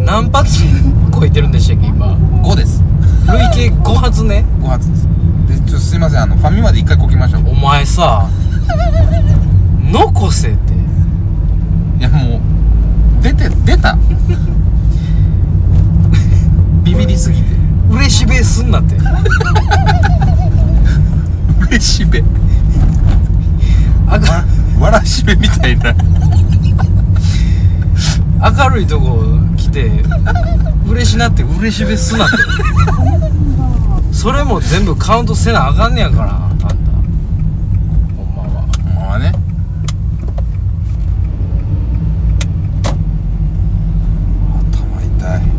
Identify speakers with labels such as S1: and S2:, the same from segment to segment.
S1: 何発超えてるんでしたっけ今
S2: 5です
S1: 累計5発ね
S2: 5発ですでちょっとすいませんあのファミマで1回こきました
S1: お前さ残せって
S2: いやもう出て出た ビビりすぎて
S1: 嬉しべすんなって
S2: 嬉しべ
S1: あか
S2: わらしべみたいな
S1: 明るいとこ来て嬉しなって嬉しべすなってそれも全部カウントせなあかんねやからあんたほんまは
S2: まあね頭痛い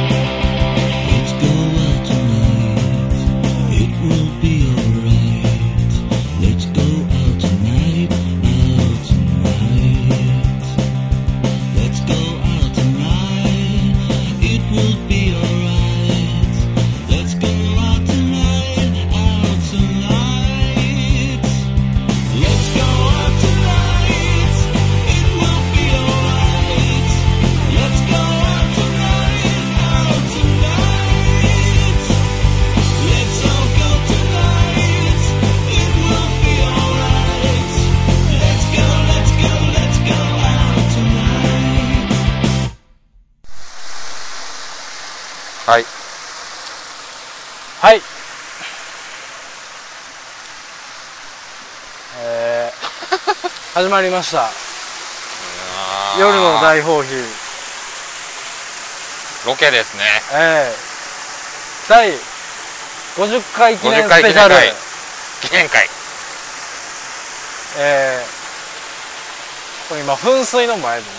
S3: Let's go out tonight. It will be alright. Let's go out tonight. Out tonight. Let's go out tonight. It will be alright. Let's go out tonight. Out tonight. Let's go out tonight. It will be alright. Let's go out tonight. Out tonight. Let's all go tonight. It will be alright. Let's go, let's go, let's go out tonight.
S2: はい
S1: はいえー、始まりました夜の大放棄
S2: ロケですね
S1: ええ第50回記念
S2: 50
S1: ス
S2: 回
S1: ペシャル
S2: 記念会
S1: ええこれ今噴水の前で ね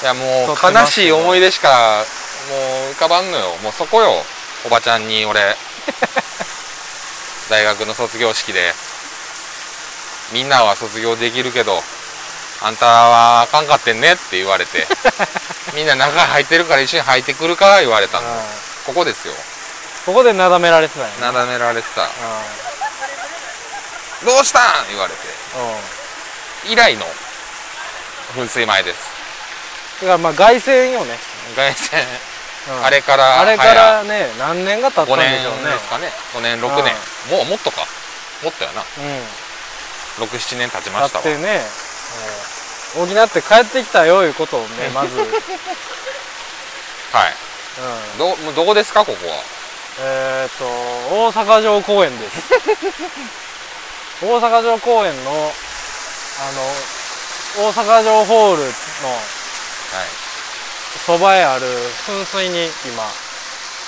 S2: いやも
S1: 撮
S2: う
S1: ってま
S2: 悲
S1: す
S2: し
S1: け
S2: い
S1: ど
S2: 思い出しかもう浮かばんのよもうそこよおばちゃんに 俺大学の卒業式でみんなは卒業できるけどあんたはあかんかってんねって言われ てみんな中入ってるから一緒に入ってくるか言われたの
S1: うん
S2: ここですよ
S1: ここでなだめられてたんやね
S2: なだめられてた
S1: う
S2: 「どうしたん?」言われて
S1: んうん
S2: 以来の噴水前です
S1: だからまあ凱旋よね、
S2: 外線
S1: うん
S2: あれから
S1: あれからね何年が経った
S2: 5
S1: んで
S2: 年
S1: しょうね
S2: ですかね5年6年もうもっとかもっとやな67年経ち
S1: うん
S2: まし
S1: 経
S2: た
S1: っ
S2: わ
S1: てね、うん補って帰ってきたよいうことをねまず、うん
S2: はいどもうどこですかここは
S1: えっと大阪城公園です大阪城公園のあの大阪城ホールの
S2: はい
S1: そばへある噴水に今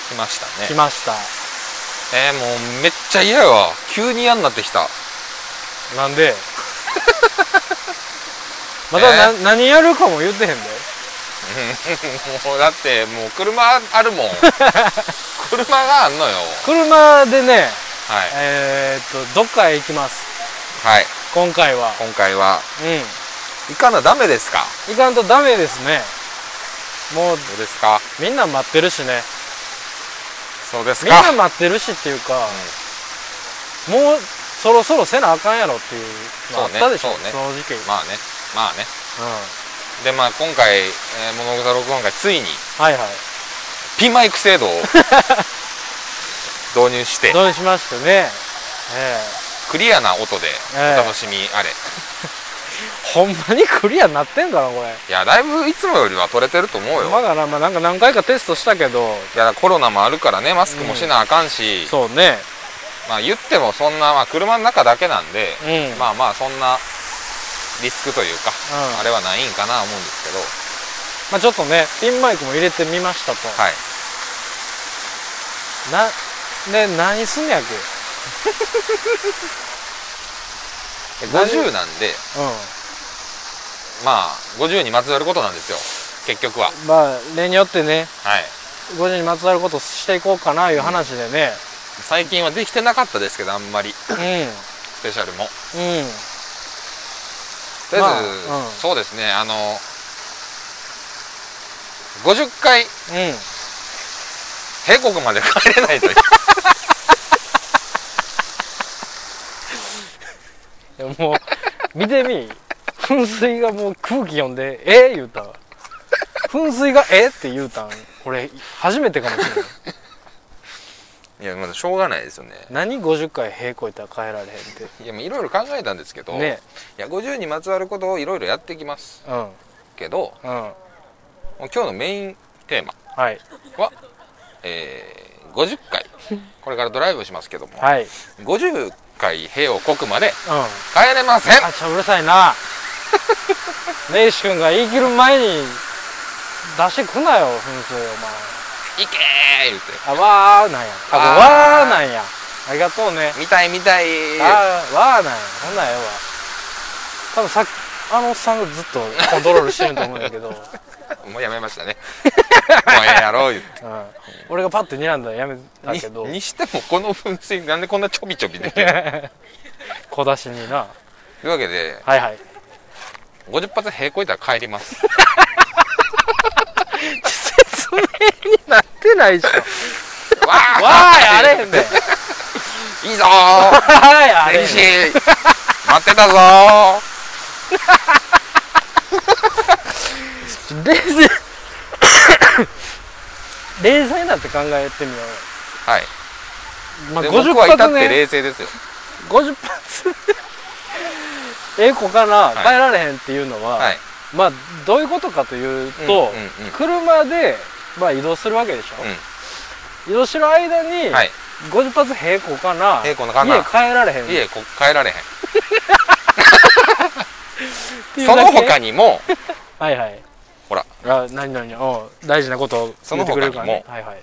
S2: 来ました
S1: 来
S2: ね
S1: ました、
S2: えー、もうめっちゃ嫌やわ急に嫌になってきた
S1: なんでまたな、何やるかも言ってへんで
S2: もうだってもう車ある もん車があんのよ
S1: 車でね
S2: はい
S1: えー、っとどっかへ行きます
S2: はい
S1: 今回は
S2: 今回は
S1: う
S2: 行かなダメですか
S1: ん行かんとダメですねもう
S2: そうですか
S1: みんな待ってるしね
S2: そうです
S1: みんな
S2: か
S1: 待ってるしっていうか、もうそろそろせなあかんやろっていうのあったでしょ
S2: そうね
S1: 正
S2: そ
S1: 直、
S2: まあねまあね
S1: うん、
S2: でまあ今回、えー、物語録音会ついに
S1: はいは
S2: ピンマイク 制度を導入して
S1: いどうしましてねえ
S2: クリアな音で
S1: ええ
S2: お楽しみあれ、
S1: えほんまにクリアになってんかなこれ
S2: いやだいぶいつもよりは取れてると思うよ、
S1: まだな,、まあ、なんか何回かテストしたけど
S2: いやコロナもあるからねマスクもしなあかんし、
S1: そうね
S2: まあ言ってもそんな、まあ、車の中だけなんで、
S1: うん
S2: まあまあそんなリスクというか、
S1: うん
S2: あれはないんかな思うんですけどは
S1: まあ、ちょっとねピンマイクも入れてみましたと、
S2: い
S1: なで何すんやっけ
S2: で50なんで
S1: う
S2: まあ50にまつわることなんですよ結局は
S1: んまあ例によってね
S2: はい
S1: 5時にまつわることしていこうかないう話でね
S2: 最近はできてなかったですけどあんまり
S1: う
S2: スペシャルも
S1: んうん
S2: とりあえず、
S1: まあうん
S2: そうですねあの50回
S1: うん
S2: 閉国まで帰れないという
S1: でももう見てみ噴水がもう空気読んで「えー言うたん噴水が「えーって言うたん俺初めてかもしれない
S2: いやまだしょうがないですよね
S1: 何50回塀越えたら帰られへんって
S2: いやもういろいろ考えたんですけど、
S1: ね
S2: いや50にまつわることをいろいろやってきます
S1: うん
S2: けど
S1: うん
S2: もう今日のメインテーマ
S1: はい
S2: は、えー50回 これからドライブしますけども、
S1: はいうん
S2: 50回兵をこくまで
S1: あ
S2: 帰れません
S1: ちゃうるさいな根岸君が言い切る前に出してくなよ噴水お前
S2: いけー言うて
S1: あわーなんやあ
S2: あー
S1: わーなんやありがとうね
S2: 見たい見たい
S1: あーわーなんやほんなんええわ多分さっきあのおっさんがずっとコントロールしてると思うんだけ ど、うん、
S2: もうやめましたね もうええやろ言うて
S1: 俺がパッて睨んだらやめたけど
S2: ににしてもこの噴水なんでこんなちょびちょびでき る
S1: 小出しにな
S2: というわけで
S1: はいはい
S2: 50発兵こいたら帰ります
S1: 説明になってないじゃん
S2: わー
S1: わーやれへんで
S2: いいぞー
S1: わーやれへ
S2: 天
S1: ん
S2: 使待ってたぞー
S1: 冷静冷静になって考えてみよ
S2: はい、
S1: う、まあ、
S2: で
S1: 50
S2: 僕は至っ
S1: 発
S2: て
S1: ね
S2: 冷静ですよ
S1: 50発ええ子から
S2: い
S1: 帰られへんっていうのは、
S2: はい
S1: まあどういうことかという
S2: うんう
S1: と、
S2: んうん
S1: 車で、まあ、移動するわけでしょ、移動してる間に、
S2: はい
S1: 50発平行かな
S2: 平行なかな
S1: 家帰られへん
S2: いえこ帰られへん
S1: っていう
S2: その
S1: だけ
S2: 他にも
S1: はいはい
S2: ほら
S1: あ何何お大事なことを言ってくれるからね
S2: その他に
S1: はいはい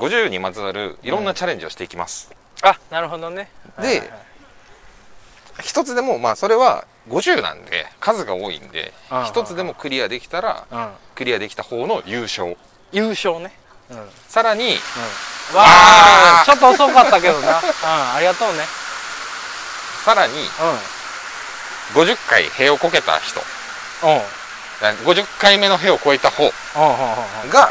S2: 50にまつわるいろんなチャレンジをしていきます、
S1: あなるほどね
S2: で
S1: はいはいはい
S2: 一つでもまあそれは50なんで数が多いんで
S1: ああ
S2: 一つでもクリアできたら
S1: うん、
S2: クリアできた方の優勝
S1: 優勝ねうんうんわ
S2: さらに
S1: あ
S2: あー
S1: ちょっと遅かったけどなうんありがとうね
S2: さらに
S1: う
S2: 50回塀をこけた人
S1: んうんうん
S2: だ50回目の塀を超えた方
S1: うんうん
S2: が
S1: うん
S2: あの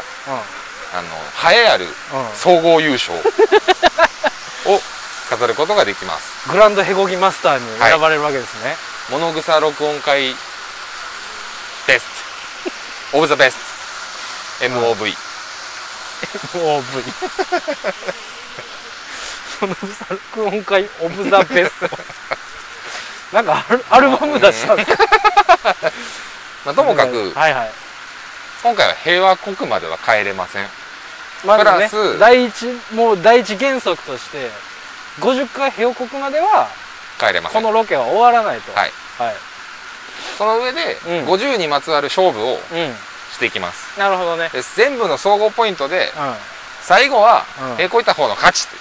S2: 栄えある
S1: うん
S2: 総合優勝 を飾ることができます
S1: グランドヘゴギマスターに選ばれるわけですね、
S2: 物草録音会ベストオブザベス ト MOV
S1: オーブにその作音会オブザベストなんかアルアルバム出したんですか
S2: まあ、ともかく
S1: はいはい
S2: 今回は平和国までは帰れません
S1: まず
S2: プ
S1: ね
S2: ラス
S1: 第一もう第一原則として50回平国までは
S2: 帰れませ
S1: こ
S2: ん
S1: のロケは終わらないと
S2: はい
S1: はい、
S2: その上で、
S1: うん
S2: 50にまつわる勝負を
S1: うん
S2: していきます
S1: なるほどね
S2: で全部の総合ポイントで
S1: うん
S2: 最後は
S1: うん
S2: 平行いた方の勝ちって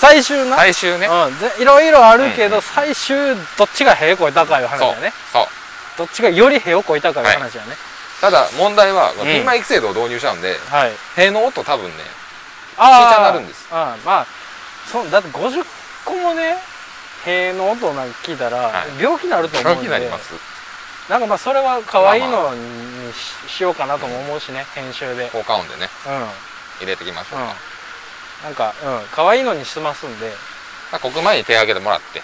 S1: 最終な、
S2: 最終ね
S1: うんぜいろいろあるけど、
S2: うん
S1: 最終どっちが平越えたかいう話
S2: そう
S1: だよね
S2: そう
S1: どっちがより平を越えたかいう話だよね
S2: ただ問題は、まあ
S1: うん
S2: ピンマイク制度を導入したんで
S1: はい
S2: 塀の音多分ね
S1: あ
S2: 小さなるんです
S1: あーまあそうだって50個もね塀の音なんか聞いたら、
S2: はい
S1: 病気になると思う
S2: 病
S1: ん
S2: 気
S1: で
S2: になります
S1: なんかまあそれは可愛い
S2: ま
S1: のにししようかなとも思うしね編集で
S2: 効果音でね
S1: うんうん
S2: 入れていきましょう、
S1: なんかうん可愛いのにしてますんで
S2: まあ国前に手を挙げてもらって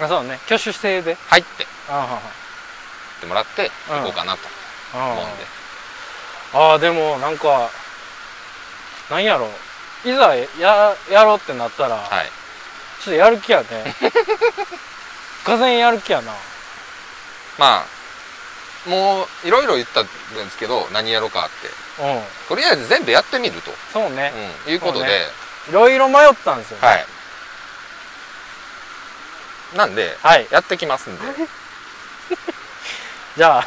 S1: あそうね挙手制で
S2: 入ってっ
S1: あは
S2: てもらって
S1: うん
S2: 行こうかなと
S1: は
S2: 思うんで、
S1: ああでもなんかなんやろいざややろうってなったら、
S2: はい
S1: ちょっとやる気やねがぜんやる気やな
S2: まあもういろいろ言ったんですけど何やろうかって
S1: うん
S2: とりあえず全部やってみると、
S1: そうね、
S2: うんいうことで、
S1: そうねいろいろ迷ったんですよ、ね、
S2: はいなんで
S1: はい
S2: やってきますん で
S1: じゃあ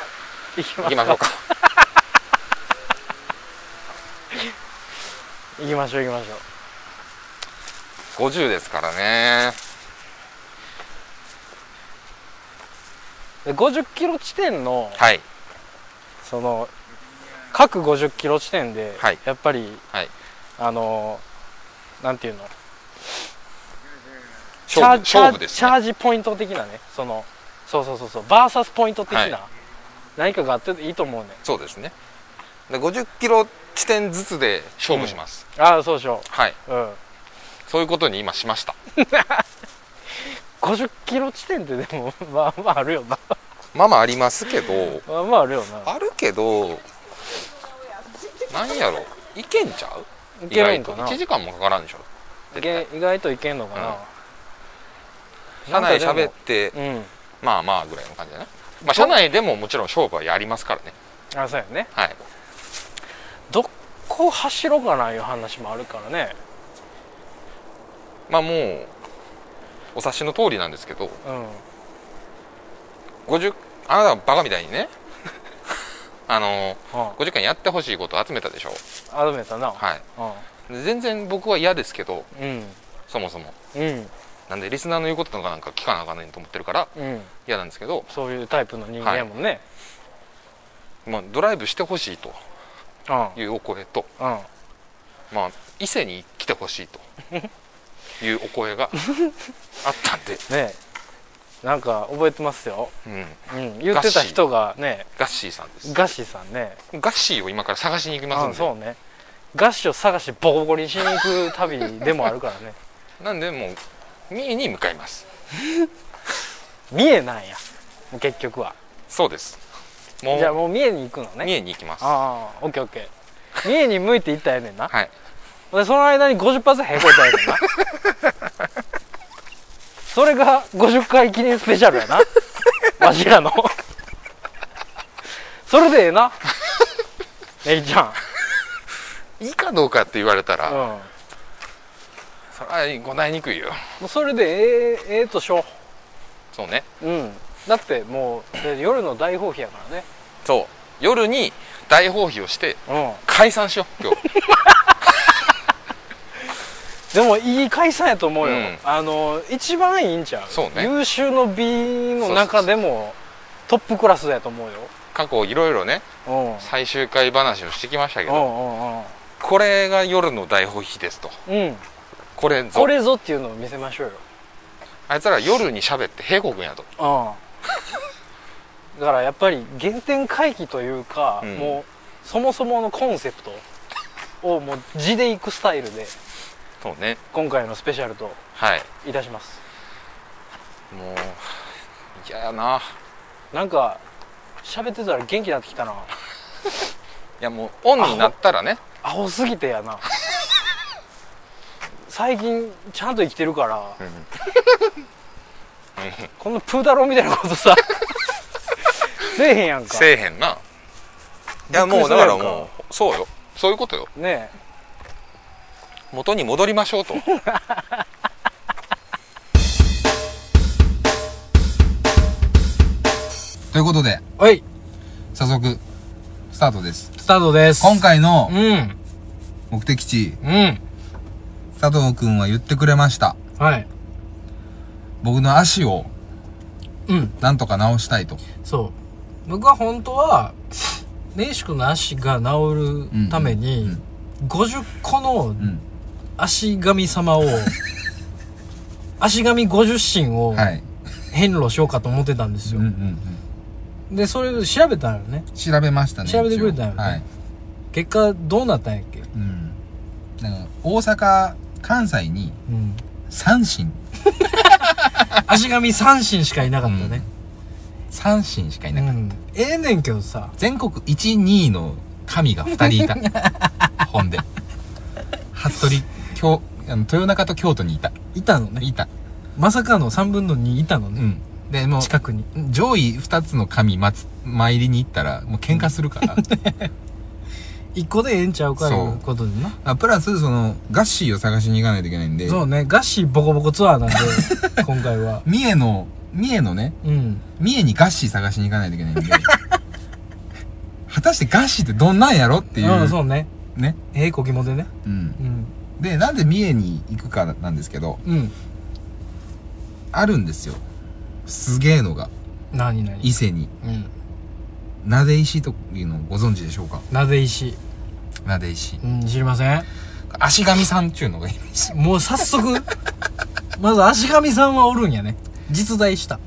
S1: 行き
S2: 行
S1: まし
S2: き
S1: ょ
S2: ま
S1: う
S2: しょうか
S1: 行きましょう行きましょう
S2: 50ですからね
S1: で50キロ地点の、
S2: はい
S1: その各50キロ地点で、
S2: はい
S1: やっぱり、
S2: はい
S1: あのなんていうの
S2: 勝負
S1: チャー
S2: 勝負です
S1: チャ
S2: ね
S1: ージポイント的なねそのそうそうそうそうバーサスポイント的な、
S2: はい
S1: 何かがあっていいと思うね
S2: そうですねで50キロ地点ずつで勝負します、
S1: ああそうしよ
S2: はいう
S1: うん
S2: そういうことに今しました
S1: 50キロ地点ってでも まあまああるよな
S2: まあまあありますけど
S1: まあまああるよな
S2: あるけどなんやろいけんちゃう
S1: い
S2: 意
S1: ける
S2: 外
S1: ん
S2: と
S1: かな
S2: 1時間もかからんでしょ
S1: いけ意外といけんのかな、
S2: 車内喋っ
S1: ってうん
S2: まあまあぐらいの感じだな、まあ、車内でももちろん勝負はやりますからね
S1: あそうやね
S2: はい
S1: どこ走ろうかないう話もあるからね
S2: まあもうお察しの通りなんですけど
S1: うん
S2: 50あなたはバカみたいにね あの
S1: うん
S2: 50回やってほしいことを集めたでしょ
S1: あどめたな、
S2: はいで全然僕は嫌ですけど
S1: うん
S2: そもそも
S1: うん
S2: なんでリスナーの言うこととかなんか聞かなあかんねんと思ってるから
S1: うん
S2: 嫌なんですけど、
S1: そういうタイプの人間やもんね、
S2: まあ、ドライブしてほしいと
S1: うん
S2: いうお声と、
S1: うん
S2: まあ、伊勢に来てほしいというお声があったんで、
S1: ねえなんか覚えてますよ、
S2: うん、
S1: うん、言ってた人がね
S2: ガッシーさんです
S1: ガッシーさんね
S2: ガッシーを今から探しに行きます
S1: あ
S2: んで
S1: そうねガッシュを探してボコボコにしに行く旅でもあるから ね
S2: なんでもう三重に向かいます
S1: 三重なんやもう結局は
S2: そうですもう
S1: じゃあもう三重に行くの
S2: 三
S1: ね
S2: 重に行きますは
S1: ああオッケーオッケー三重に向いて行ったらええねんな、
S2: い
S1: でその間に50発へこいたらええねんな それが50回記念スペシャル やなわしらのそれでええ なえいちゃん
S2: いいかどうかって言われたら、
S1: うんも
S2: それは答えにくいよ
S1: うそれでええええとしょ
S2: そうね
S1: ううんだってもうで夜の大放棄やからね
S2: そう夜に大放棄をして
S1: うん
S2: 解散しよう今 日
S1: でもいい解散やと思うよ、
S2: うん
S1: あの一番いいんちゃう
S2: そうね
S1: 優秀の B の中でもトップクラスやと思うよ
S2: 過去いろいろね
S1: うんうん
S2: 最終回話をしてきましたけ
S1: う
S2: ど
S1: んうん
S2: これが夜の大放棄ですと
S1: うん
S2: これぞ
S1: これぞっていうのを見せましょうよ
S2: あいつら夜に喋って平子君やと
S1: うんだからやっぱり原点回帰というか、
S2: うん
S1: もうそもそものコンセプトをもう字でいくスタイルで
S2: そうね
S1: 今回のスペシャルと
S2: はい
S1: いたします
S2: もう嫌やな
S1: なんか喋ってたら元気になってきたない
S2: やもうオンになったらね
S1: アホすぎてやな最近ちゃんと生きてるから、
S2: ん
S1: こんなプーダローみたいなことさせえへんやんか
S2: せえへんないや
S1: びっ
S2: もう
S1: くりす
S2: だ
S1: る
S2: か
S1: やんから
S2: もうそうよそういうことよ
S1: ねえ
S2: 元に戻りまし ょうとということで
S1: はい
S2: 早速スタートです
S1: スタートです
S4: 今回の
S1: うん
S4: 目的地、
S1: うん
S4: 佐藤くんは言ってくれました。
S1: はい
S4: 僕の足を
S1: うん
S4: なんとか直したいと。
S1: そう僕は本当は根岸君の足が治るために、
S4: うん
S1: 50個の
S4: うん。
S1: 足神様 を足神50神を
S4: はい。
S1: 遍路しようかと思ってたんです
S4: う
S1: よ、
S4: んうんうん。
S1: でそれ調べたらね
S4: 調べましたね。
S1: 調べてくれたよね
S4: 一応はい。
S1: 結果どうなったんやっけ
S4: うん。なんか、大阪、関西に
S1: うん
S4: 三神。
S1: 足神三神しかいなかったね、
S4: 三神しかい
S1: うん
S4: なかった。
S1: ええねんけどさ
S4: 全国1、2位の神が2人 いた。ほんで。服部、京、あの豊中と京都にいた。
S1: いたのね
S4: いた。
S1: まさかの3分の2いたの
S4: う
S1: ね、
S4: ん。で、もう、
S1: 近くに
S4: 上位2つの神祭参りに行ったら、もう喧嘩する から。
S1: 1個でええんちゃうかい
S4: そう
S1: うことでな
S4: あプラスそのガッシーを探しに行かないといけないんで
S1: そうねガッシーボコボコツアーなんで 今回は
S4: 三重の三重のね
S1: うん
S4: 三重にガッシー探しに行かないといけないん で果たしてガッシーってどんなんやろっていう
S1: うんそうね
S4: ね、
S1: ええこきもでね
S4: うん、
S1: うん
S4: でなんで三重に行くかなんですけど
S1: うん
S4: あるんですよすげえのが
S1: 何何
S4: 伊勢に
S1: うん
S4: なで石というのをご存知でしょうか
S1: なぜ石
S4: なで石
S1: うん知りません
S4: 足神さんっちゅうのがいるんですよ
S1: もう早速 まず足神さんはおるんやね実在した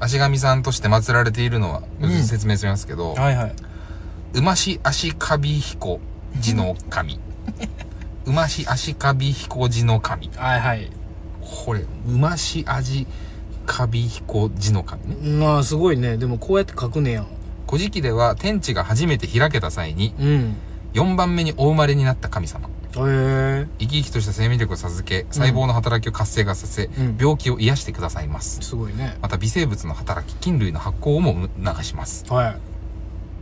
S4: 足神さんとして祀られているのは、
S1: うん
S4: 説明しますけど、
S1: はいはい
S4: 馬師足カビ彦地の神
S2: 馬し足かび彦地の神。
S1: はいはい
S2: これ、馬し味かび彦地の神ね。
S1: まあすごいねでもこうやって書くねやん
S2: 古事記では天地が初めて開けた際に、
S1: うん
S2: 4番目にお生まれになった神様。
S1: へえ
S2: 生き生きとした生命力を授け、細胞の働きを活性化させ、
S1: うん
S2: 病気を癒してくださいます。
S1: すごいね
S2: また微生物の働き、菌類の発酵をも促します。
S1: は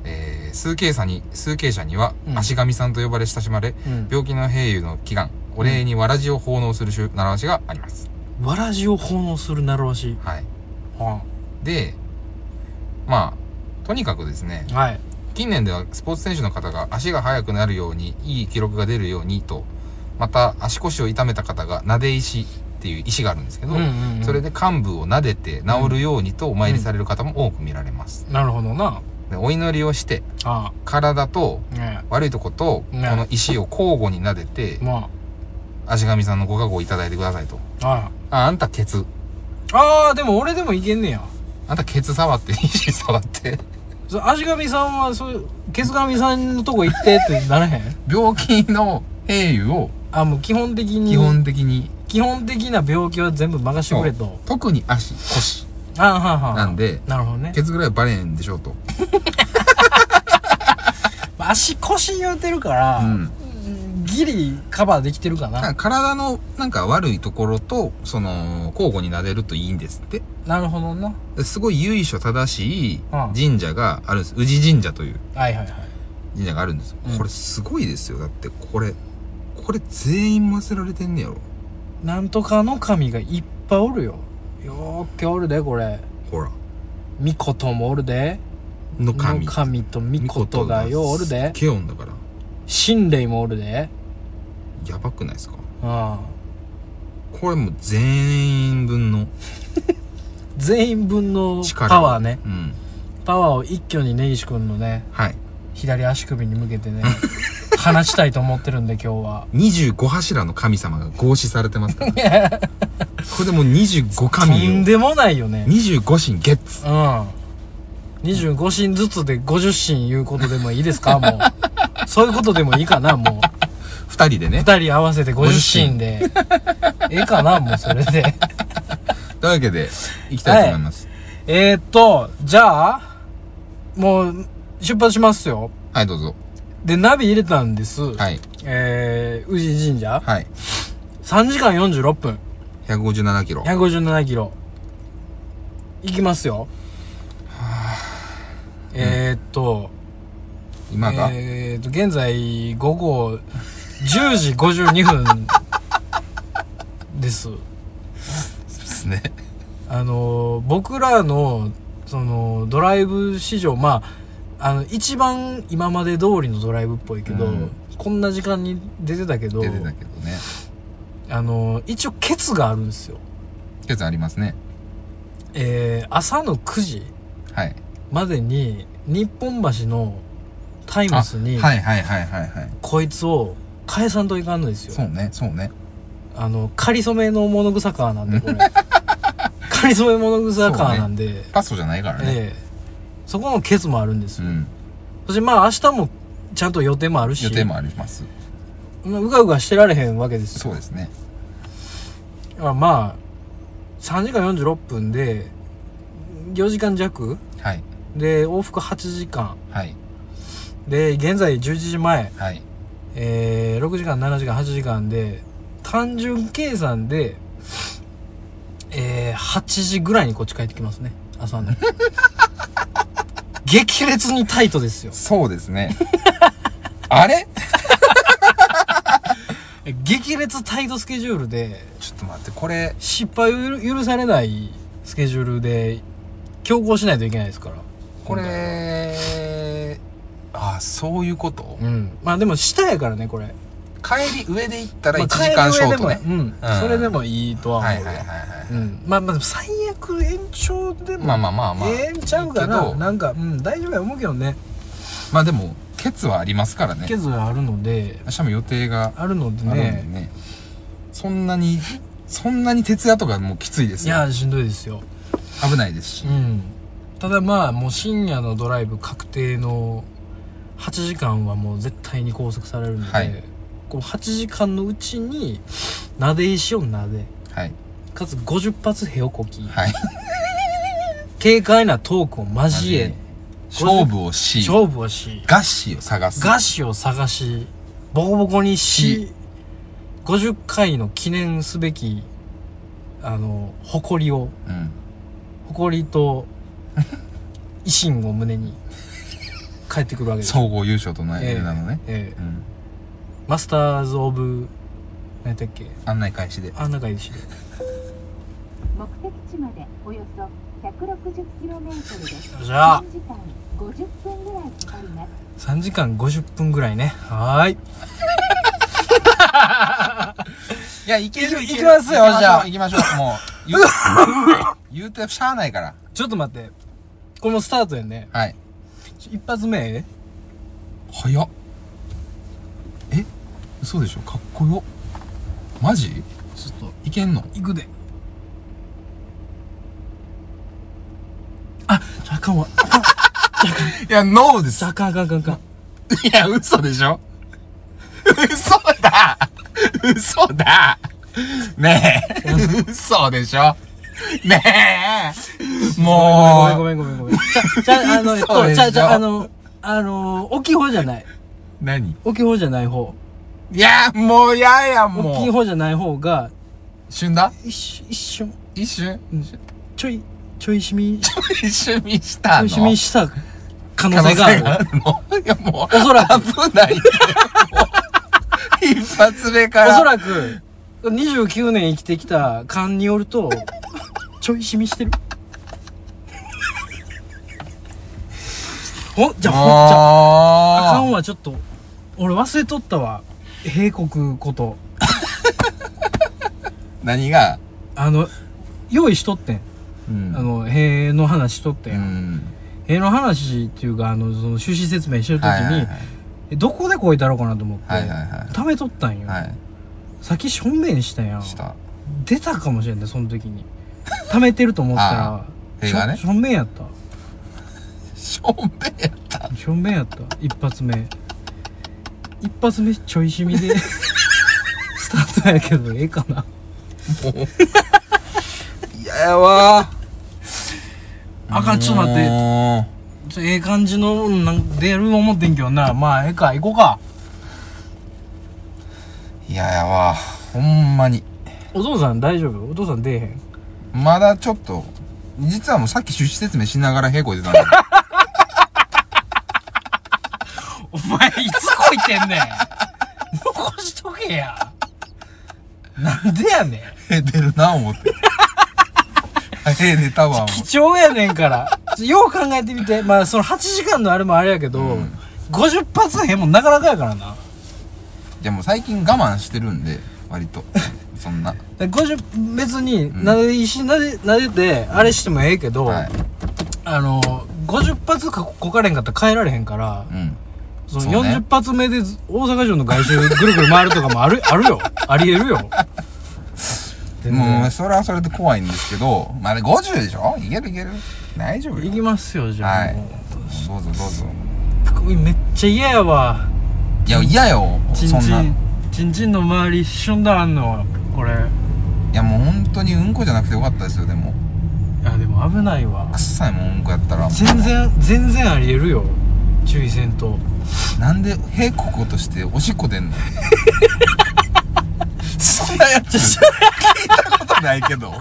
S2: えー、数形者に、数形者には
S1: う、ん
S2: 足神さんと呼ばれ親しまれ、
S1: い、うん、
S2: 病気の平癒の祈願、お礼にわらじを奉納する習習わしがあります。
S1: わらじを奉納するならわし
S2: はい。
S1: は
S2: で、まあ、とにかくですね、
S1: いはい
S2: 近年ではスポーツ選手の方が足が速くなるように、いい記録が出るようにと、また足腰を痛めた方が、撫で石っていう石があるんですけど、
S1: うんうんうん
S2: それで幹部を撫でて治るようにとお参りされる方も多く見られます。
S1: なるほどな
S2: でお祈りをして、
S1: あ
S2: 体と
S1: あね
S2: 悪いとこと、こ
S1: ね
S2: の石を交互に撫でて、
S1: ま
S2: 足神さんのご加護をいただいてくださいと。
S1: あはい
S2: あ、あんたケツ。
S1: ああでも俺でもいけんねや
S2: あんたケツ触って、石触 って。
S1: そ足神さんはそういうケツ神さんのとこ行ってってならへん
S2: 病気の平癒を
S1: あもう基本的に
S2: 基本的に、
S1: 基本的な病気は全部任してくれと
S2: 特に足、腰
S1: ああはあはあ
S2: なんで、
S1: なるほどね
S2: ケツぐらいバレへんでしょうと。
S1: まあ足腰言うてるから、
S2: うん。
S1: ギリカバーできてるかな、
S2: だから体のなんか悪いところと、その、交互に撫でるといいんですって。
S1: なるほどな
S2: ですごい由緒正しい
S1: うん
S2: 神社があるんです。宇治神社という
S1: はいはいはい
S2: 神社があるんですよ
S1: うん
S2: これすごいですよ。だってこれ、これ全員混ぜられてんねやろ。
S1: なんとかの神がいっぱいおるよよーくおるでこれ
S2: ほら。
S1: ミコトもおるで
S2: の神。
S1: の神とミコト
S2: ト
S1: がようおるで
S2: ケオンだから。
S1: 神霊もおるで
S2: やばくないですか
S1: うん
S2: これもう全員分の
S1: 全員分の
S2: 力。
S1: パワーね。
S2: うん。
S1: パワーを一挙に根岸君のね
S2: はい。
S1: 左足首に向けてね話したいと思ってるんで今日は
S2: 25柱の神様が合祀されてますから。こ れでもう25
S1: とん
S2: 神を。
S1: でもないよね
S2: 25神ゲッツ。
S1: うん。25神ずつで50神言うことでもいいですかもう。そういうことでもいいかなもう。
S2: 二人でね。
S1: 二人合わせて50神で。ええかなもうそれで。
S2: というわけで、行きたいと思います。
S1: えーっと、じゃあ、もう、出発しますよ。
S2: はい、どうぞ。
S1: で、ナビ入れたんです。
S2: はい。
S1: えー、宇治神社。
S2: はい。
S1: 3時間46分。
S2: 157キロ。
S1: 157キロ。いきますよ。えーっと、
S2: 今が、
S1: えーと、現在午後10時52分です。
S2: ですね。
S1: あの、僕らの、その、ドライブ史上、まあ、あの、一番今まで通りのドライブっぽいけど、
S2: うん
S1: こんな時間に出てたけど、
S2: 出てたけどね。
S1: あの、一応ケツがあるんですよ。
S2: ケツありますね。
S1: えー、朝の9時
S2: はい。
S1: までに、日本橋のタイムスに、
S2: はいはいはいはいはい。
S1: こいつを返さんといかんのですよ。
S2: そうね、そうね。
S1: あの、仮染めの物草カーなん で、これ。仮染め物草カーなんで、
S2: パストじゃないからね。
S1: ええそこのケツもあるんです
S2: う
S1: よ。
S2: ん。
S1: そしてまあ明日もちゃんと予定もあるし、
S2: 予定もあります。
S1: まあうかうかしてられへんわけですよ。
S2: そうですね。
S1: まあまあ、3時間46分で、4時間弱
S2: はい。
S1: で、往復8時間。
S2: はい。
S1: で、現在11時前、
S2: はい。
S1: えー、6時間、7時間、8時間で、単純計算で、えー、8時ぐらいにこっち帰ってきますね。朝 の。激烈にタイトですよ。
S2: そうですね。 あれ
S1: 激烈タイトスケジュールで、
S2: ちょっと待って、これ、
S1: 失敗を許許されないスケジュールで、強行しないといけないですから。
S2: こ
S1: 今回は。
S2: れ、あ、そういうこと
S1: うん。まあでも下やからね、これ。
S2: 帰り上で行ったら
S1: ま
S2: 1
S1: あ
S2: 時間ショートね
S1: 帰。る上でもうん。
S2: うん
S1: それでもいいいとは思う
S2: はい
S1: よ。
S2: はいはいはい。
S1: うん。まあまあ、最悪延長でも
S2: まあまあまあまあ。
S1: ええんちゃうか
S2: いい
S1: な
S2: けど
S1: なんかうん大丈夫や思うけどね
S2: まあでも、ケツはありますからね。
S1: けどあるので
S2: 明日も予定が
S1: あるので
S2: あるんで
S1: ね
S2: ね。そんなに、そんなに徹夜とかもうきついです
S1: い
S2: よ。
S1: やしんどいですよ
S2: 危ないですし
S1: う。んただまあもう深夜のドライブ確定の8時間はもう絶対に拘束されるので、
S2: はい
S1: この8時間のうちに撫で石を撫で
S4: はい
S1: かつ50発へをこき、
S4: はい
S1: 軽快なトークを交え
S4: 勝負をし
S1: 勝負をし
S4: ガッシーを探す
S1: 餓死を探しボコボコにし50回の記念すべきあの誇りを
S4: うん
S1: 誇り と維新を胸に帰ってくるわけです
S4: 総合優勝とな
S1: ええ
S4: るなのね、
S1: ええ
S4: うん
S1: マスターズ・オブ何やったっけ
S4: 案内開始で
S1: あんなかいいし
S5: 目的地までおよそ 160km です。
S1: よっしゃ
S5: 3時間50分ぐらいかかります。
S1: 3時間50分ぐらいねはーい
S4: いやいける
S1: いきますよじゃあ
S4: 行きましょう行きましょうもう言う 言うてしゃあないから
S1: ちょっと待ってこれもスタートやね
S4: はい
S1: ちょ一発目え
S4: 早っえ嘘でしょかっこよマジ
S1: ちょっと
S4: いけんの
S1: 行くであちょあかんわ
S4: いやノーです
S1: あかんあかんあかんあかん
S4: いや、嘘でしょ嘘だ嘘だねえ、嘘でしょねえ
S1: ご
S4: もう、
S1: めんごめんごめんごめん。ちゃ、ちゃ、あ の、えっ
S4: 嘘
S1: と、
S4: でし
S1: ち
S4: ょ
S1: ゃ、ちゃ、あの、あの、大きい方じゃない。
S4: 何
S1: 大きい方じゃない方。
S4: いや、もうやや、
S1: 大きい
S4: もう。
S1: 方じゃない方が、
S4: 旬だ
S1: 一瞬、一瞬、
S4: 一瞬
S1: ちょい、ちょいしみ、ち
S4: 一瞬見し
S1: ょ
S4: たの
S1: いしみした可
S4: 可
S1: 能
S4: 能
S1: 性
S4: 性
S1: が
S4: があ
S1: ある。
S4: るのいや、もう、
S1: おそらく、
S4: 危ないってもう一発目か
S1: お
S4: ら。
S1: そらく、29年生きてきた勘によると、ちょいしみしてる。ほん、じゃ、ほん、じゃ、あかん
S4: も
S1: わ、ちょっと。俺忘れとったわ。閉国こと。
S4: う、何が
S1: あの、用意しとってん。
S4: うん
S1: あの、塀の話しとって、、
S4: うんん。
S1: 塀の話っていうか、あの、その趣旨説明してるときに、
S4: はいはいはい
S1: えどこで越えたろうかなと思って、
S4: はいはいはい
S1: 溜めとったんよ。
S4: はい。
S1: 先正面したやん。
S4: した。
S1: 出たかもしれんね、その時に。溜めてると思ったら、
S4: あー塀がね
S1: しょ正面やった。
S4: しょんべんやった。
S1: 正面やった。一発目。一発目ちょいしみ で、スタートやけど、ええかな。
S4: 嫌やわ
S1: あかん、ちょっと待って。ちょええ感じの、なん出る思ってんけどな。まあ、ええか、行こうか。
S4: て嫌やわほんまに
S1: お父さん大丈夫お父さん出えへん
S4: まだちょっと実はもうさっき趣旨説明しながらへこいてた んだけど
S1: お前、いつこいて んねん。残しとけや。なんでやねん。
S4: へ出るな思ってへ出たわ
S1: 貴重やねんから。ちょよう考えてみて。まあ、その8時間のあれもあれやけど、
S4: うん
S1: 50発へもなかなかやからな。
S4: でもう最近我慢してるんで割とそんな
S1: で50、別に、
S4: ん
S1: なで、石なで、なでて、あれしてもええけど、
S4: はい
S1: あの、50発かこかれへんかったら帰られへんから、
S4: うん
S1: そ
S4: そ
S1: の
S4: うね
S1: 40発目でず大阪城の外周ぐるぐる回るとかもある、あるよ。ありえ るよ。全然
S4: もうそれはそれで怖いんですけどまあで50でしょいけるいける大丈夫
S1: い
S4: よ
S1: きますよ、じゃあ。
S4: はい
S1: も
S4: どうぞどうぞ
S1: うめっちゃ嫌やわ。
S4: いや嫌よ
S1: ちん
S4: そん
S1: ち
S4: なんい、
S1: ちんちんの周り一瞬だあんの、これ。
S4: やもう本当にうんこじゃなくてよかったですよでも
S1: あ、でも危ないわ。
S4: 臭いもんうんこやったら
S1: 全然、全然ありえるよ。注意せんと。
S4: なんで屁こことしておしっこ 出んのそんなやつ聞いたことないけ ど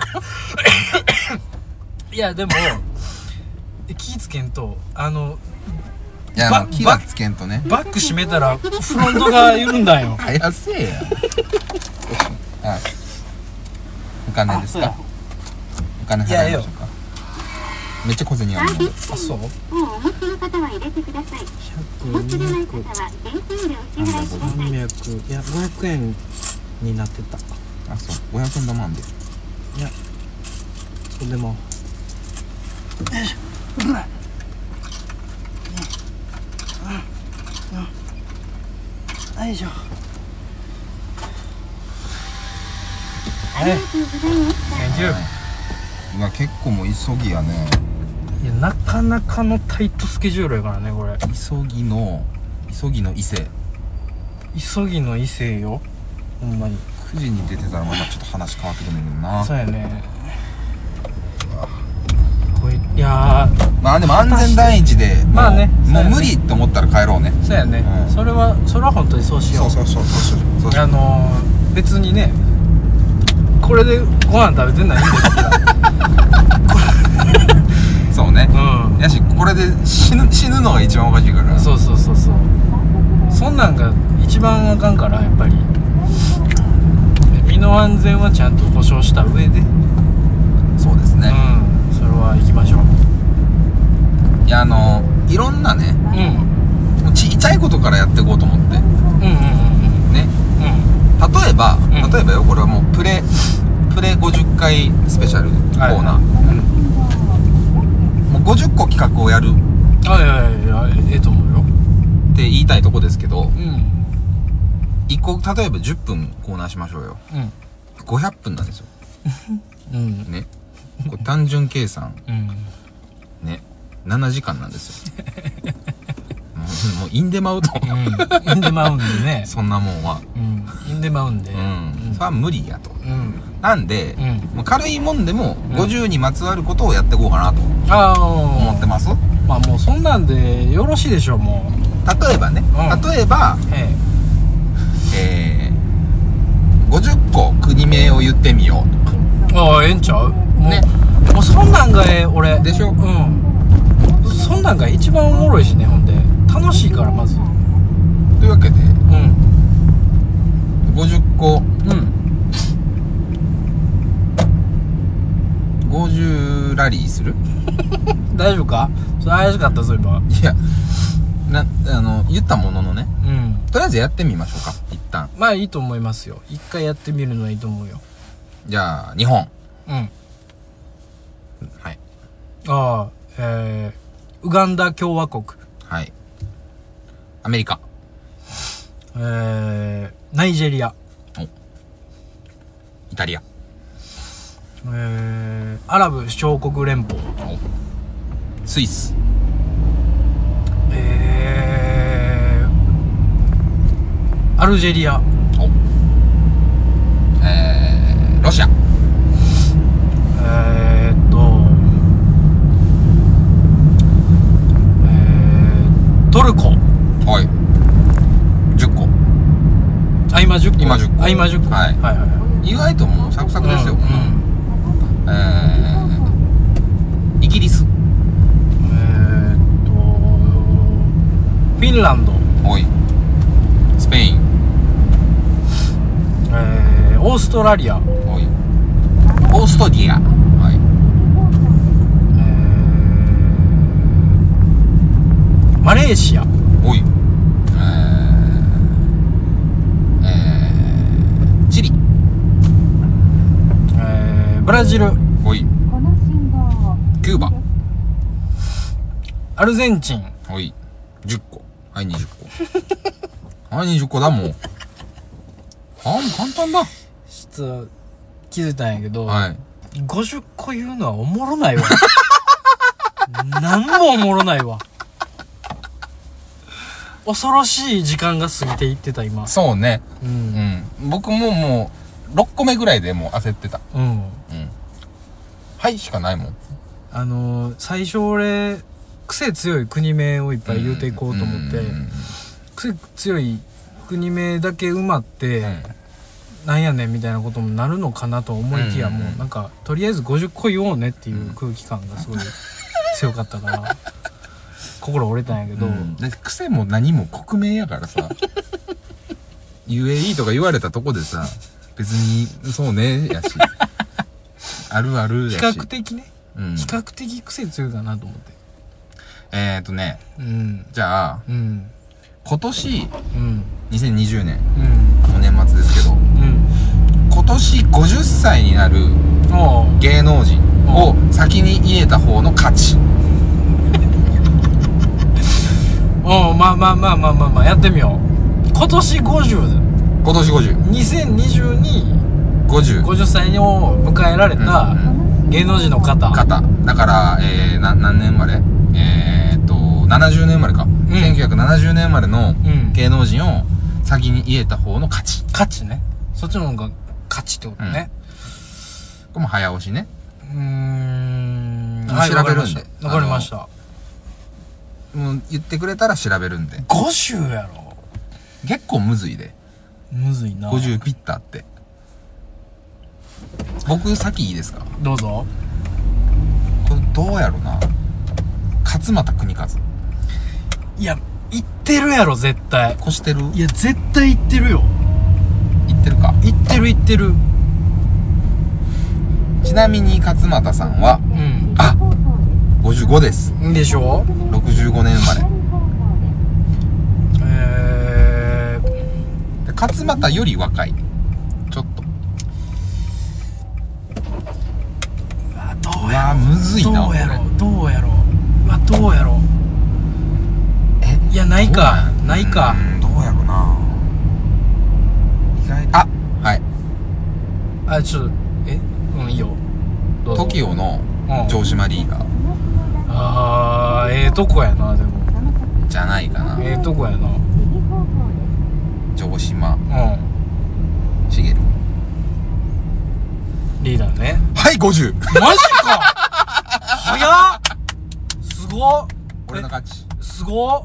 S1: いや、でも、気ぃつけんと、あの、
S4: いや
S1: ば
S4: まあ気がつけんとね
S1: バック閉めたら、フロントが緩んだんよ。
S4: 早せえ やはいお金ですかお金払いましょうかめっちゃ小銭あるの
S1: あ、そう
S5: もうお持ちの方は入れてください。お持ちでない方
S1: ?100、
S5: は現金でお支払いください。
S1: 200、いや、500円になってた。
S4: あそう500円玉あんで
S1: そうでもよいしょ
S5: ありがとうございます。
S4: うわ結構もう急ぎやね
S1: いやなかなかのタイトスケジュールやからねこれ
S4: 急ぎの急ぎの伊勢
S1: 急ぎの異性よほんまに
S4: 9時に出てたらまだちょっと話変わってくるんだ
S1: そうやねこいいやー
S4: けどなまあでも安全第一でもう
S1: まあね
S4: もう無理と思ったら帰ろうね
S1: そうやね、
S4: うん
S1: それはそれは本当にそうしよ
S4: そううそうそうそうそうそう
S1: あのー、別にねこれでご飯食べてんのはいいんですけ
S4: そうね
S1: ど うん
S4: やしこれで死ぬ死ぬのが一番おかしいから
S1: そうそうそうそうそんなんが一番あかんからやっぱり身の安全はちゃんと保証した上で、うん
S4: そうですね、
S1: それは行きましょう
S4: いやあのいろんなね
S1: うん
S4: もうちっちゃいことからやっていこうと思って
S1: うんうん
S4: ね
S1: うんうん
S4: 例えば、
S1: ん
S4: 例えばよこれはもうプレプレ50回スペシャルコーナー、もう50個企画をやるっ
S1: うんあいやいやいやええと思うよ
S4: て言いたいとこですけど
S1: うん
S4: 1個例えば10分コーナーしましょうよ500分なんですよ
S1: うんうん
S4: ねこれ単純計算
S1: うん
S4: ね7時間なんですよもう もうインデマウト
S1: うん、インデマウンでね、
S4: そんなもんは
S1: うん、インデマウンで、
S4: う、
S1: うん
S4: それは無理やと
S1: うん、
S4: なんで、
S1: うん
S4: もう軽いもんでも50にまつわることをやっていこうかなと
S1: ああ
S4: 思ってます、
S1: まあもうそんなんでよろしいでしょうも
S4: 例えばね、
S1: うん
S4: 例えば
S1: うえ
S4: えー、50個国名を言ってみよう
S1: えああええんちゃうもう,、
S4: ね
S1: もうそんなんがええ俺
S4: でしょ
S1: うんそんなんが一番おもろいしねほんで楽しいからまずう
S4: というわけで
S1: ん
S4: 50個
S1: うん
S4: 50ラリーする
S1: 大丈夫かそれ怪しかったそういえば
S4: いやなあの言ったもののね
S1: うん
S4: とりあえずやってみましょうか一旦
S1: まあいいと思いますよ一回やってみるのはいいと思うよ
S4: じゃあ日本
S1: うん
S4: はい
S1: ああえー、ウガンダ共和国
S4: はいアメリカ
S1: えー、ナイジェリア
S4: イタリア
S1: えー、アラブ首長国連邦
S4: スイス
S1: えー、アルジェリア
S4: おえー、ロシア
S1: えー、っとえー、トルコ
S4: はい10個
S1: あ今10個
S4: 今10個
S1: あ今10個
S4: はい
S1: はいはいは
S4: 意外ともうサクサク
S1: い
S4: ですよ、
S1: うんう
S4: こんなん
S1: ん
S4: えー、イギリス
S1: えー、っとフィンランド
S4: おいスペイン
S1: えー、オーストラリア
S4: おいオーストリアはい
S1: えー、マレーシア
S4: おいえー、えー、チリ
S1: えー、ブラジル
S4: おい
S5: この信号を
S4: キューバ
S1: アルゼンチン
S4: おい10個はい20個 はい20個だもうあもう簡単だ
S1: ちょっと気づいたんやけど、
S4: はい
S1: 50個言うのはおもろないわ何もおもろないわ恐ろしい時間が過ぎていってた今
S4: そうね
S1: う
S4: うんん僕ももう6個目ぐらいでもう焦ってた
S1: うん
S4: うんはいしかないもん
S1: あのー、最初俺癖強い国名をいっぱい言うていこうと思って
S4: うんうん
S1: 癖強い国名だけ埋まって、
S4: うん
S1: なんやねんみたいなこともなるのかなと思いきや、
S4: うんうんうん
S1: もうなんかとりあえず50個言おうねっていう空気感がすごい強かったから、心折れたんやけど、
S4: うんで癖も何も国名やか らさ UAE とか言われたとこでさ別にそうねやしあるある
S1: 比
S4: やし
S1: 較的ね、
S4: うん
S1: 比較的癖強いかなと思って
S4: えっ、ー、とね
S1: うん
S4: じゃあ
S1: うん
S4: 今年
S1: うん
S4: 2020年
S1: うん
S4: の年末ですけ
S1: う
S4: ど
S1: ん
S4: 今年50歳になる
S1: おう
S4: 芸能人を先に言えた方の勝ち
S1: おうまあまあまあまあまあまあやってみよう今年50
S4: 今年5050
S1: 2020に
S4: 50
S1: 50歳を迎えられた芸能人の方
S4: 方だから、えー、な何年生まれえー、っと70年生まれか、1970年生まれの
S1: うん
S4: 芸能人を先に言えた方の勝ち。
S1: 勝ちね。そっちの方が勝ちってことね。
S4: これも早押しね。
S1: うーん。
S4: もう
S1: はい
S4: 調べるんで
S1: わかりました。わか
S4: もう言ってくれたら調べるんで。
S1: りました5種やろ。
S4: 結構むずいで。
S1: むずいな。
S4: 50ピッタって。僕先いいですか
S1: どうぞ。
S4: これどうやろな勝俣国和
S1: いや、いってるやろ、絶対。
S4: 越してる
S1: いや、絶対いってるよ。
S4: 言ってるか
S1: いってるいってる。
S4: ちなみに勝俣さんは
S1: うん。
S4: あ
S5: 方向です。
S4: 55です
S1: いいでしょ
S4: 65年生まれ
S5: 左方向です。
S1: えー、
S4: で勝俣より若いちょっと
S1: あどう
S4: う
S1: や
S4: わむずい
S1: ろ
S4: な
S1: どうやろ
S4: こ
S1: どうやろうわ、どうやろ
S4: え
S1: いや、ない
S4: どう
S1: か
S4: な。ん
S1: ないか
S4: う。ーんどうやろな意外あはい
S1: あ、ちょっと、えうん、いいよ。どうぞ
S4: TOKIO の城島リーダー
S1: あー、ええとこやな、でも。
S4: じゃないかな
S1: ええとこやな。
S5: 右方向です。
S4: 城島
S1: うん。
S4: 茂
S1: リーダーね。
S4: はい50
S1: マジか早っすごっ
S4: 俺の勝ち
S1: すごっ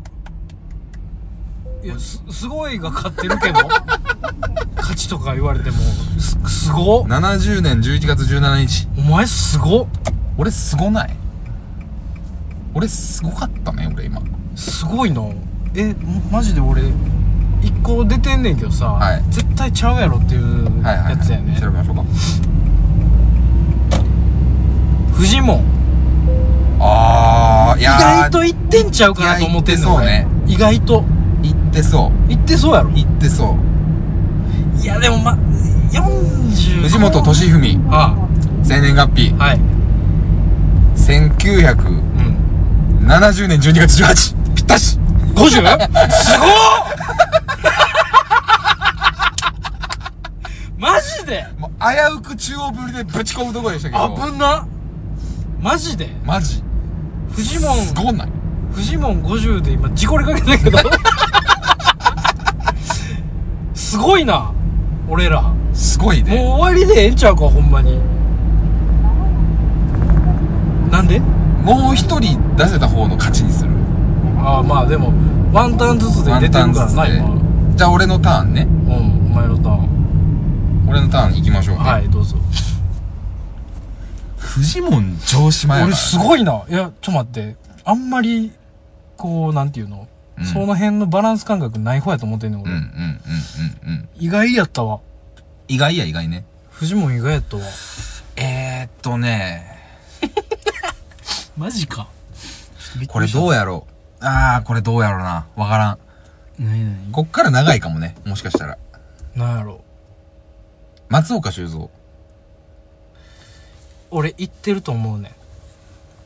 S1: いや、す、すごいが勝ってるけ ど。勝ちとか言われても、す、すごっ
S4: 70年11月17日
S1: お前すごっ
S4: 俺すごない俺すごかったね俺今
S1: すごいな。え、マジで俺、一個出てんねんけどさ、
S4: はい
S1: 絶対ちゃうやろっていう
S4: はいはい、はい、
S1: やつやね。
S4: 調べましょうか
S1: フジモン。
S4: あーい
S1: 意
S4: やー
S1: 外といってんちゃうかなと思ってんの
S4: いや
S1: 俺
S4: 行っ
S1: 意外と。
S4: 行ってそ
S1: いってそうやろ
S4: う行ってそう
S1: いや、でもま、40。
S4: 藤本敏文
S1: あ
S4: 生年月日
S1: あ、はい。
S4: 1970
S1: うん。
S4: 年12月18ぴったし
S1: 50? すご っマジで
S4: もう危うく中央ぶりでぶち込むとこでしたけど
S1: 危なマジで
S4: マジ
S1: フジモン、
S4: すごない
S1: フジモン50で今、事故りかけた けど。すごいな。俺ら。も
S4: すごいうね
S1: 終わりでええんちゃうか、ほんまに。なんで
S4: もう一人出せた方の勝ちにする
S1: ああ、まあでも、ワンタンずつで入れてるからな、
S4: ワンタンずつで
S1: 今。
S4: じゃあ俺のターンね
S1: うん、お前のターン。
S4: 俺のターン行きましょうね、
S1: はい、どうぞ。
S4: フジモン城島やから
S1: 俺すごいな。いや、ちょっと待って。あんまり、こう、なんていうの、
S4: うん
S1: その辺のバランス感覚ない方やと思ってんねん、
S4: うん
S1: 俺。
S4: うんうんうんうん。
S1: 意外やったわ。
S4: 意外や意外ね。
S1: フジモン意外やったわ。
S4: えー、っとね、
S1: マジか。
S4: これどうやろう。あー、これどうやろうな。わからん。
S1: なに
S4: こっから長いかもね。もしかしたら。
S1: なになんやろ
S4: 松岡修造、
S1: 俺言ってると思うね。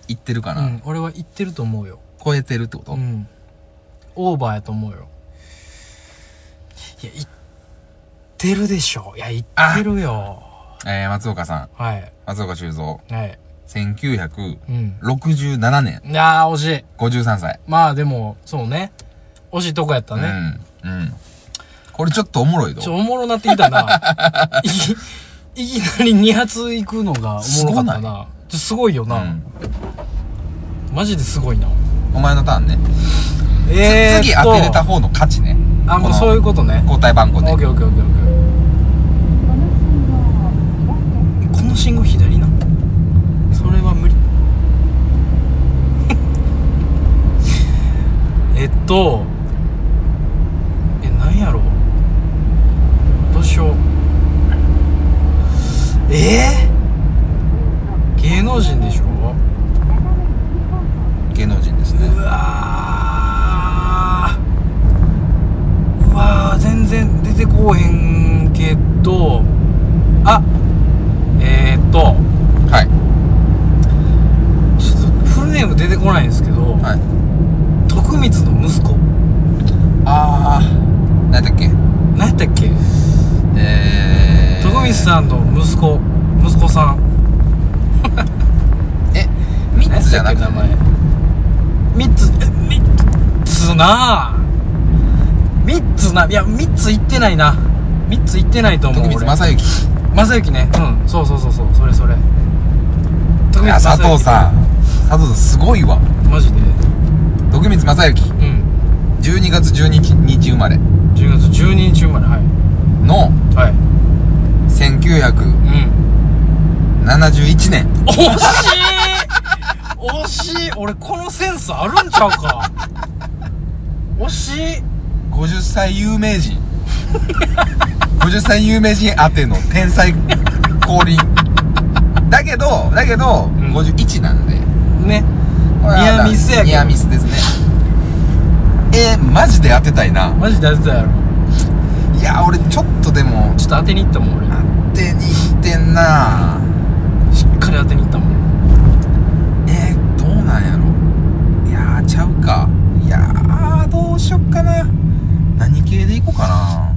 S4: 言ってるか
S1: う
S4: な、
S1: ん、俺は言ってると思うよ。
S4: 超えてるってこと、
S1: うん。オーバーやと思うよ。いや、言ってるでしょ。いや、言ってるよ。
S4: えー、松岡さん。
S1: はい。
S4: 松岡修造、
S1: はい。
S4: 1967
S1: うん。
S4: 年、
S1: いやー、惜しい。
S4: 53歳。
S1: まあでも、そうね。惜しいとこやったね。
S4: うん。うん。これちょっとおもろい
S1: ちょ、
S4: ぞ。
S1: おもろなってきた な。いき、いきなり2発行くのがおもろかった
S4: すご
S1: な。ちょすごいよ
S4: う
S1: な、
S4: ん。
S1: マジですごいな。
S4: お前のターンね。
S1: えーっと
S4: 次当てれた方の勝ちね。
S1: あ、も
S4: こ
S1: う
S4: の
S1: そういうことね。
S4: 交代番号
S1: オ
S4: ね
S1: ッ。ケーオッケーオッケーオッ
S5: この信号を左です。
S1: ケー。この信号左な。それは無理。 えっと、え、なんやろう。どうしよう。えー、芸能人でしょ
S4: 芸能人ですね。
S1: うわーうわー全然出てこうへんけどあえー、っと
S4: はい。
S1: ちょっとフルネーム出てこないんですけど、
S4: はい。
S1: 徳光の息子
S4: あー、何やったっけ
S1: 何やったっけ、
S4: えー、
S1: 徳光さんの息子息子さん
S4: え、ミッツじゃなくて、
S1: 何やったっけ名前三つえ三つなあ3つないや3つ行ってないな3つ行ってないと思う
S4: 徳光
S1: 俺
S4: 正幸
S1: 正幸ねうんそうそうそうそうそれそれ
S4: いや佐藤
S1: ん
S4: さん佐藤さんすごいわ
S1: マジで
S4: 徳光正幸
S1: うん
S4: 12月12日生まれ
S1: 10月12日生まれはい
S4: の
S1: はい
S4: 1971
S1: うん
S4: 年
S1: 惜しい惜しい俺このセンスあるんちゃうか惜しい
S4: 50歳有名人50歳有名人あての天才降臨だけどだけど、
S1: ん
S4: 51なんで
S1: ね
S4: これは
S1: ニアミスやけど
S4: ニアミスですねえー、マジで当てたいな
S1: マジで当てたやろ
S4: いや俺ちょっとでも
S1: ちょっと当てに行ったもん俺
S4: 当てにいってんな
S1: しっかり当てに行ったもん
S4: えー、どうなんやろいやーちゃうかいやーどうしよっかな何系でいこうかな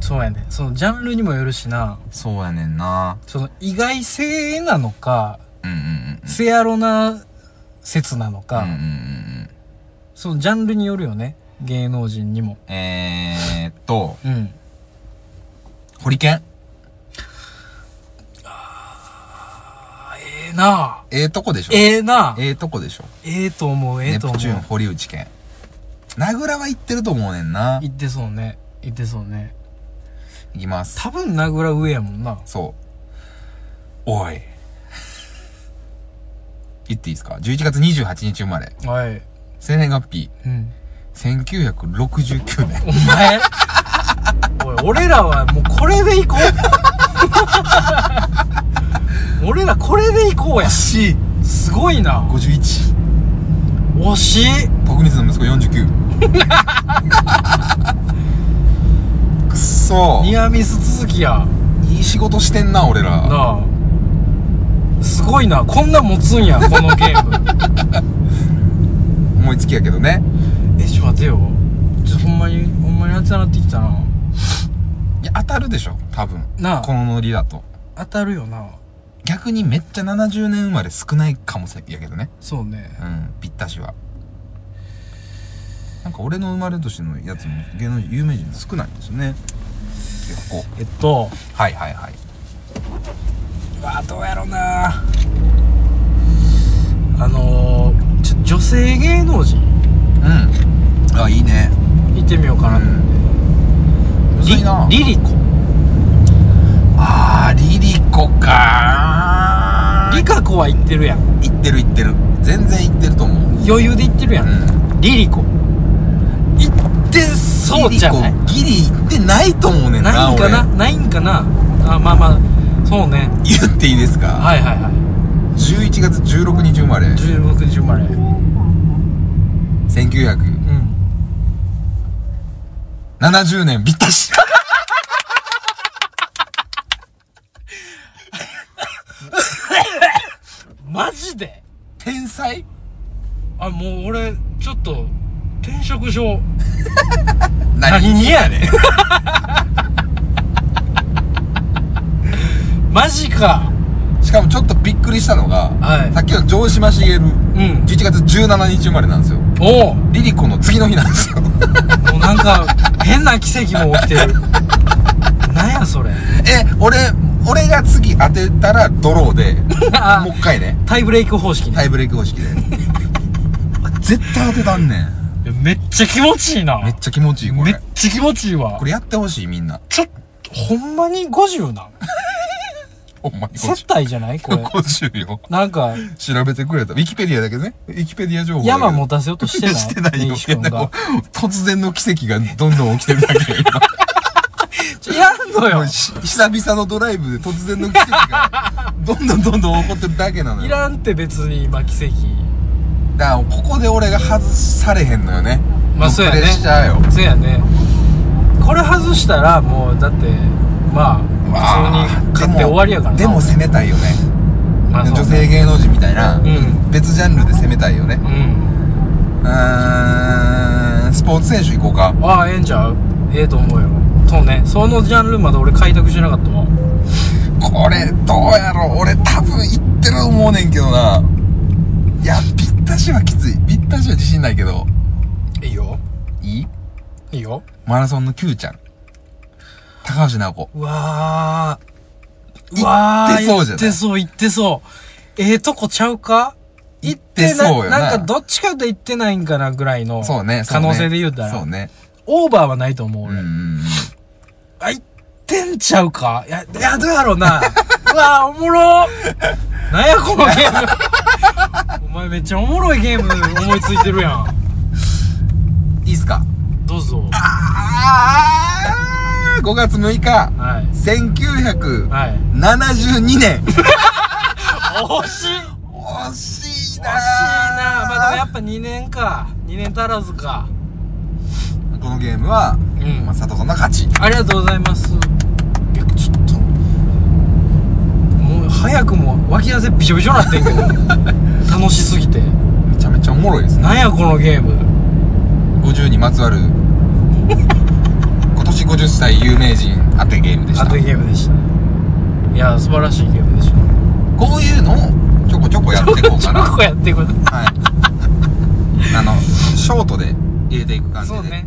S1: そうやねそのジャンルにもよるしな
S4: そうやねんな
S1: その意外性なのか
S4: うんうんうん
S1: せやろな説なのか、
S4: うんうんうん
S1: そのジャンルによるよね芸能人にも
S4: うんえー、っと
S1: うん
S4: ホリケン
S1: ええなあ
S4: ええとこでしょ
S1: ええなあ
S4: ええとこでしょ
S1: ええと思うええ
S4: ネ
S1: と
S4: プ
S1: 思う
S4: チューン堀内健名倉は行ってると思うねんな
S1: 言ってそうね言ってそうね
S4: いきます
S1: 多分名倉上やもんな
S4: そうおい言っていいですか11月28日生まれ
S1: はい
S4: 生年月日
S1: うん
S4: 1969年
S1: お前おい俺らはもうこれでいこう 俺らこれでいこうや
S4: しい
S1: すごいな
S4: 51
S1: 惜しい
S4: 徳光の息子49 くっそ
S1: ニアミス続きや
S4: いい仕事してんな俺ら
S1: なあすごいなこんなん持つんやこのゲーム
S4: 思いつきやけどね
S1: えちょっと待てよちょっとほんまにほんまに熱くなってきたない
S4: や当たるでしょ多分
S1: なあ
S4: このノリだと
S1: 当たるよな
S4: 逆にめっちゃ70年生まれ少ないかもしれんやけどね
S1: そうね
S4: うんぴったしはなんか俺の生まれ年のやつも芸能人有名人少ないんですよね結構
S1: えっと
S4: はいはいはいう
S1: わどうやろなあのー、ちょ女性芸能人
S4: うんあいいね
S1: 行ってみようかなと思って、
S4: むずいな
S1: リリリコ
S4: あーリリコか
S1: リカコは行ってるやん
S4: いってるいってる全然いってると思う
S1: 余裕で行ってるやん、
S4: う
S1: リリコ行ってそうじゃない
S4: ギリいってないと思うねんな
S1: ないんかな
S4: 俺
S1: ないんかなあまあまあそうね
S4: 言っていいですか、
S1: はいはいはい
S4: 11月16日生まれ
S1: 16日生まれうん
S4: 1970年ぴったし
S1: マジで
S4: 天才
S1: あもう俺ちょっと転職上
S4: 何
S1: にやねん マジか
S4: しかもちょっとびっくりしたのが、
S1: はい
S4: さっきの城島茂11
S1: うん
S4: 月17日生まれなんですよ
S1: おう
S4: リリコの次の日なんで すよ
S1: もうなんか変な奇跡も起きてるなんやそれ
S4: え俺俺が次当てたらドロ ーで
S1: あ
S4: もう一回ね
S1: タイブレイク方式ね
S4: タイブレイク方式で絶対当てたんね
S1: い
S4: ん
S1: やめっちゃ気持ちいいな
S4: めっちゃ気持ちいいこ
S1: めっ
S4: れ
S1: ちゃ気持ちいいわ
S4: これやってほしいみんな
S1: ちょっとほんまに50なん
S4: ほんまに
S1: 接
S4: 50
S1: 待じゃないこれ
S4: 50よ
S1: なんか
S4: 調べてくれたウィキペディアだけどねウィキペディア情報だけど
S1: 山持たせようとしてない
S4: してないよ
S1: 根岸君が
S4: 突然の奇跡がどんどん起きてるだけよ今
S1: ちょやんのよ
S4: し久々のドライブで突然の奇跡がどんどんどんどん起こってるだけなのよ
S1: い
S4: だから
S1: んって別に今奇跡
S4: らここで俺が外されへんのよね
S1: まあそうやね
S4: プレッシャーよ
S1: そうやねこれ外したらもうだってまあ普通に買って終わりやからな
S4: でも攻めたいよね
S1: まあそう
S4: 女性芸能人みたいな、
S1: ん
S4: 別ジャンルで攻めたいよね
S1: うん
S4: うーんスポーツ選手行こうか
S1: ああええんちゃうええと思うよそうねそのジャンルまだ俺開拓してなかったわ
S4: これどうやろう俺多分行ってると思うねんけどないやぴったしはきついぴったしは自信ないけど
S1: いいよ
S4: いい
S1: いいよ。
S4: マラソンの Q ちゃん。高橋直子。
S1: うわー。うわー。
S4: 行ってそうじゃ
S1: 行っ
S4: ない
S1: てそう、行ってそう。ええとこちゃうか行
S4: 行
S1: っ
S4: ってて
S1: な、
S4: そうよな
S1: なんかどっちかと行ってないんかなぐらいの。
S4: そうね。そ
S1: 可
S4: うね
S1: 能性で言うたら。
S4: そうね。
S1: オーバーはないと思う、
S4: う
S1: 俺。
S4: んうんうん。
S1: あ、行ってんちゃうかいや、いや、どうやろう な。うわー、おもろー。なんや、このゲーム。お前めっちゃおもろいゲーム思いついてるやん。
S4: いいっすか
S1: どうぞ。
S4: あー !5 月6日、
S1: はい。
S4: 1972
S1: はい。
S4: 年。
S1: 惜しい惜しい
S4: 惜しいな
S1: なまあでもやっぱ2年か。2年足らずか。
S4: このゲームは、
S1: うん
S4: まあ、佐藤さんの勝ち。
S1: ありがとうございます。いや、ちょっと。もう早くも脇汗びしょびしょなってんけ ど。楽しすぎて。
S4: めちゃめちゃおもろいですね。
S1: なんやこのゲーム。
S4: 50にまつ わる、今年50歳有名人当てゲームでし
S1: あ
S4: た。
S1: と
S4: こ
S1: ゲームでした。いや、素晴らしいゲームでした。
S4: ういうのをちょこちょこやっていこうか な。
S1: ちょこやっていくこと。
S4: はい。あの、ショートで入れていく感じで。
S1: そうね。